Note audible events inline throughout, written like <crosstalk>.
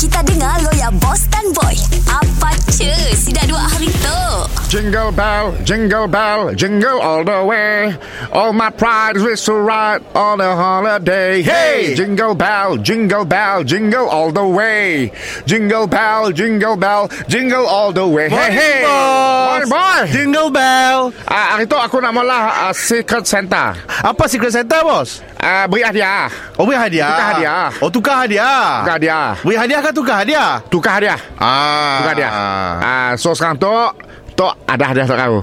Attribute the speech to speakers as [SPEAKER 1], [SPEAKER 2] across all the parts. [SPEAKER 1] Kita dengar lo ya, boss dan boy. Apa cu? Si dah dua hari tu.
[SPEAKER 2] Jingle bell, jingle bell, jingle all the way. All my pride is with to ride on a holiday.
[SPEAKER 3] Hey!
[SPEAKER 2] Hey! Jingle bell, jingle bell, jingle all the way. Jingle bell, jingle bell, jingle all the way.
[SPEAKER 3] Morning,
[SPEAKER 2] hey, hey!
[SPEAKER 3] boss.
[SPEAKER 2] Morning, boy!
[SPEAKER 3] Jingle bell.
[SPEAKER 2] Ah, hari tu aku nak mula uh, Secret Santa.
[SPEAKER 3] Apa secret Santa, bos?
[SPEAKER 2] Ah, beri hadiah.
[SPEAKER 3] Oh, beri hadiah.
[SPEAKER 2] Tukar hadiah.
[SPEAKER 3] Oh, tukar hadiah.
[SPEAKER 2] Tukar hadiah.
[SPEAKER 3] Beri hadiah ke tukar hadiah?
[SPEAKER 2] Tukar hadiah.
[SPEAKER 3] Ah.
[SPEAKER 2] Tukar hadiah. Ah, so sekarang tu, tu ada hadiah untuk kau.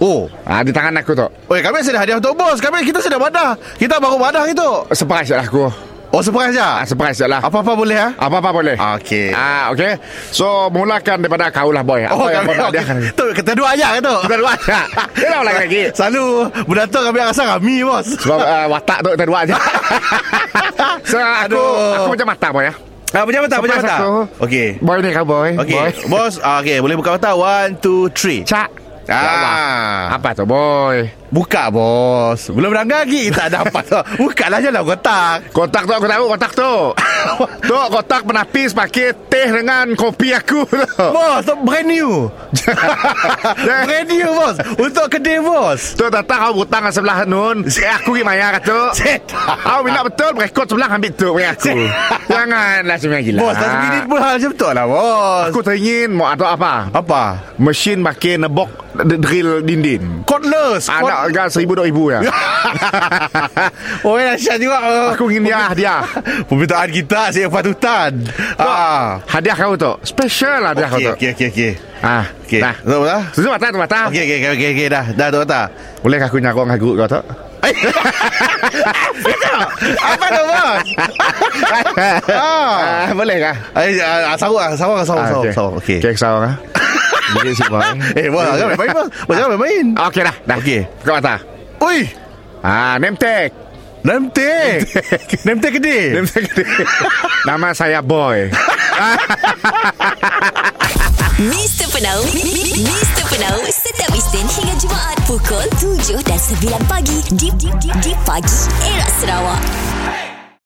[SPEAKER 3] Oh.
[SPEAKER 2] Ah, di tangan aku tu.
[SPEAKER 3] Oi, kami sudah hadiah untuk bos. Kami kita sudah badah. Kita baru badah itu.
[SPEAKER 2] Surprise lah aku.
[SPEAKER 3] Oh, surprise
[SPEAKER 2] Ah,
[SPEAKER 3] ya.
[SPEAKER 2] surprise lah.
[SPEAKER 3] Apa-apa boleh ah?
[SPEAKER 2] Apa-apa boleh.
[SPEAKER 3] Ah, okey.
[SPEAKER 2] Ah, okey. So, mulakan daripada kau lah, boy. Apa
[SPEAKER 3] Oh,
[SPEAKER 2] yang
[SPEAKER 3] kami
[SPEAKER 2] kau nak
[SPEAKER 3] <laughs>
[SPEAKER 2] hadiahkan?
[SPEAKER 3] Tu kita dua ayah ke tu.
[SPEAKER 2] Kita dua aja. Kita ulang lagi.
[SPEAKER 3] Selalu budak tu kami rasa kami bos.
[SPEAKER 2] Sebab uh, watak tu kita dua aja. <laughs> so, aku,
[SPEAKER 3] Aduh.
[SPEAKER 2] aku macam mata, boy. Ya.
[SPEAKER 3] Ah, pejabat tak, pejabat
[SPEAKER 2] Surprise
[SPEAKER 3] tak.
[SPEAKER 2] aku.
[SPEAKER 3] Okey.
[SPEAKER 2] Boy ni kau, boy.
[SPEAKER 3] Okey.
[SPEAKER 2] Boy.
[SPEAKER 3] Bos, ah, okey, boleh buka mata. One, two, three.
[SPEAKER 2] Cak. Ya Allah.
[SPEAKER 3] Ah.
[SPEAKER 2] Apa tu, boy?
[SPEAKER 3] Buka bos Belum berangkat lagi Tak
[SPEAKER 2] <laughs>
[SPEAKER 3] dapat Buka lah je lah kotak
[SPEAKER 2] Kotak tu aku tahu kotak
[SPEAKER 3] <laughs>
[SPEAKER 2] tu. tu kotak penapis pakai teh dengan kopi aku
[SPEAKER 3] <laughs>
[SPEAKER 2] tu.
[SPEAKER 3] Bos tu brand
[SPEAKER 2] <laughs>
[SPEAKER 3] new Brand new bos Untuk kedai bos
[SPEAKER 2] Tu datang kau butang kat sebelah nun. Aku pergi maya kat tu.
[SPEAKER 3] Set
[SPEAKER 2] Kau minta betul rekod sebelah ambil tu bagi aku. Janganlah sebenarnya gila.
[SPEAKER 3] Bos tak minit pun hal macam tu lah bos
[SPEAKER 2] Aku teringin mau atau apa?
[SPEAKER 3] Apa
[SPEAKER 2] Mesin pakai nebok d- drill dinding.
[SPEAKER 3] Cordless
[SPEAKER 2] Anak harga seribu dua ribu
[SPEAKER 3] <laughs>
[SPEAKER 2] ya.
[SPEAKER 3] Oh ya Syah juga
[SPEAKER 2] Aku ingin dia hadiah.
[SPEAKER 3] Permintaan kita Saya patutan Ah
[SPEAKER 2] Hadiah kau tu. Special lah, hadiah kau
[SPEAKER 3] Okey
[SPEAKER 2] tu.
[SPEAKER 3] okey okey okey
[SPEAKER 2] Ah,
[SPEAKER 3] Okey
[SPEAKER 2] Nah.
[SPEAKER 3] Tahu tak
[SPEAKER 2] Susu mata tu mata.
[SPEAKER 3] Okey okey okey okey dah dah tu tak
[SPEAKER 2] Boleh aku nyarong dengan guru kau tu?
[SPEAKER 3] Apa tu
[SPEAKER 2] <laughs>
[SPEAKER 3] bos Ah
[SPEAKER 2] Ah, boleh kah?
[SPEAKER 3] Eh, ah, sawah, sawah, sawah,
[SPEAKER 2] Ah,
[SPEAKER 3] sawah,
[SPEAKER 2] okey.
[SPEAKER 3] sawah. Okey.
[SPEAKER 2] Okey, ah. sawah
[SPEAKER 3] <laughs>
[SPEAKER 2] kah? Jadi si bang.
[SPEAKER 3] Eh, bos, jangan main main, bos. Bos, jangan main main.
[SPEAKER 2] Ah, Okey dah. Dah.
[SPEAKER 3] Okey.
[SPEAKER 2] Kau mata.
[SPEAKER 3] Oi,
[SPEAKER 2] Ah, name tag.
[SPEAKER 3] nemtek. Nemtek gede.
[SPEAKER 2] <laughs> Name tag dia. Nama saya Boy.
[SPEAKER 1] Mr. Penau, mi- mi- mi- Mr. Penau. Setiap Isnin hingga Jumaat pukul 7 dan 9 pagi di, di, di, di pagi era Sarawak.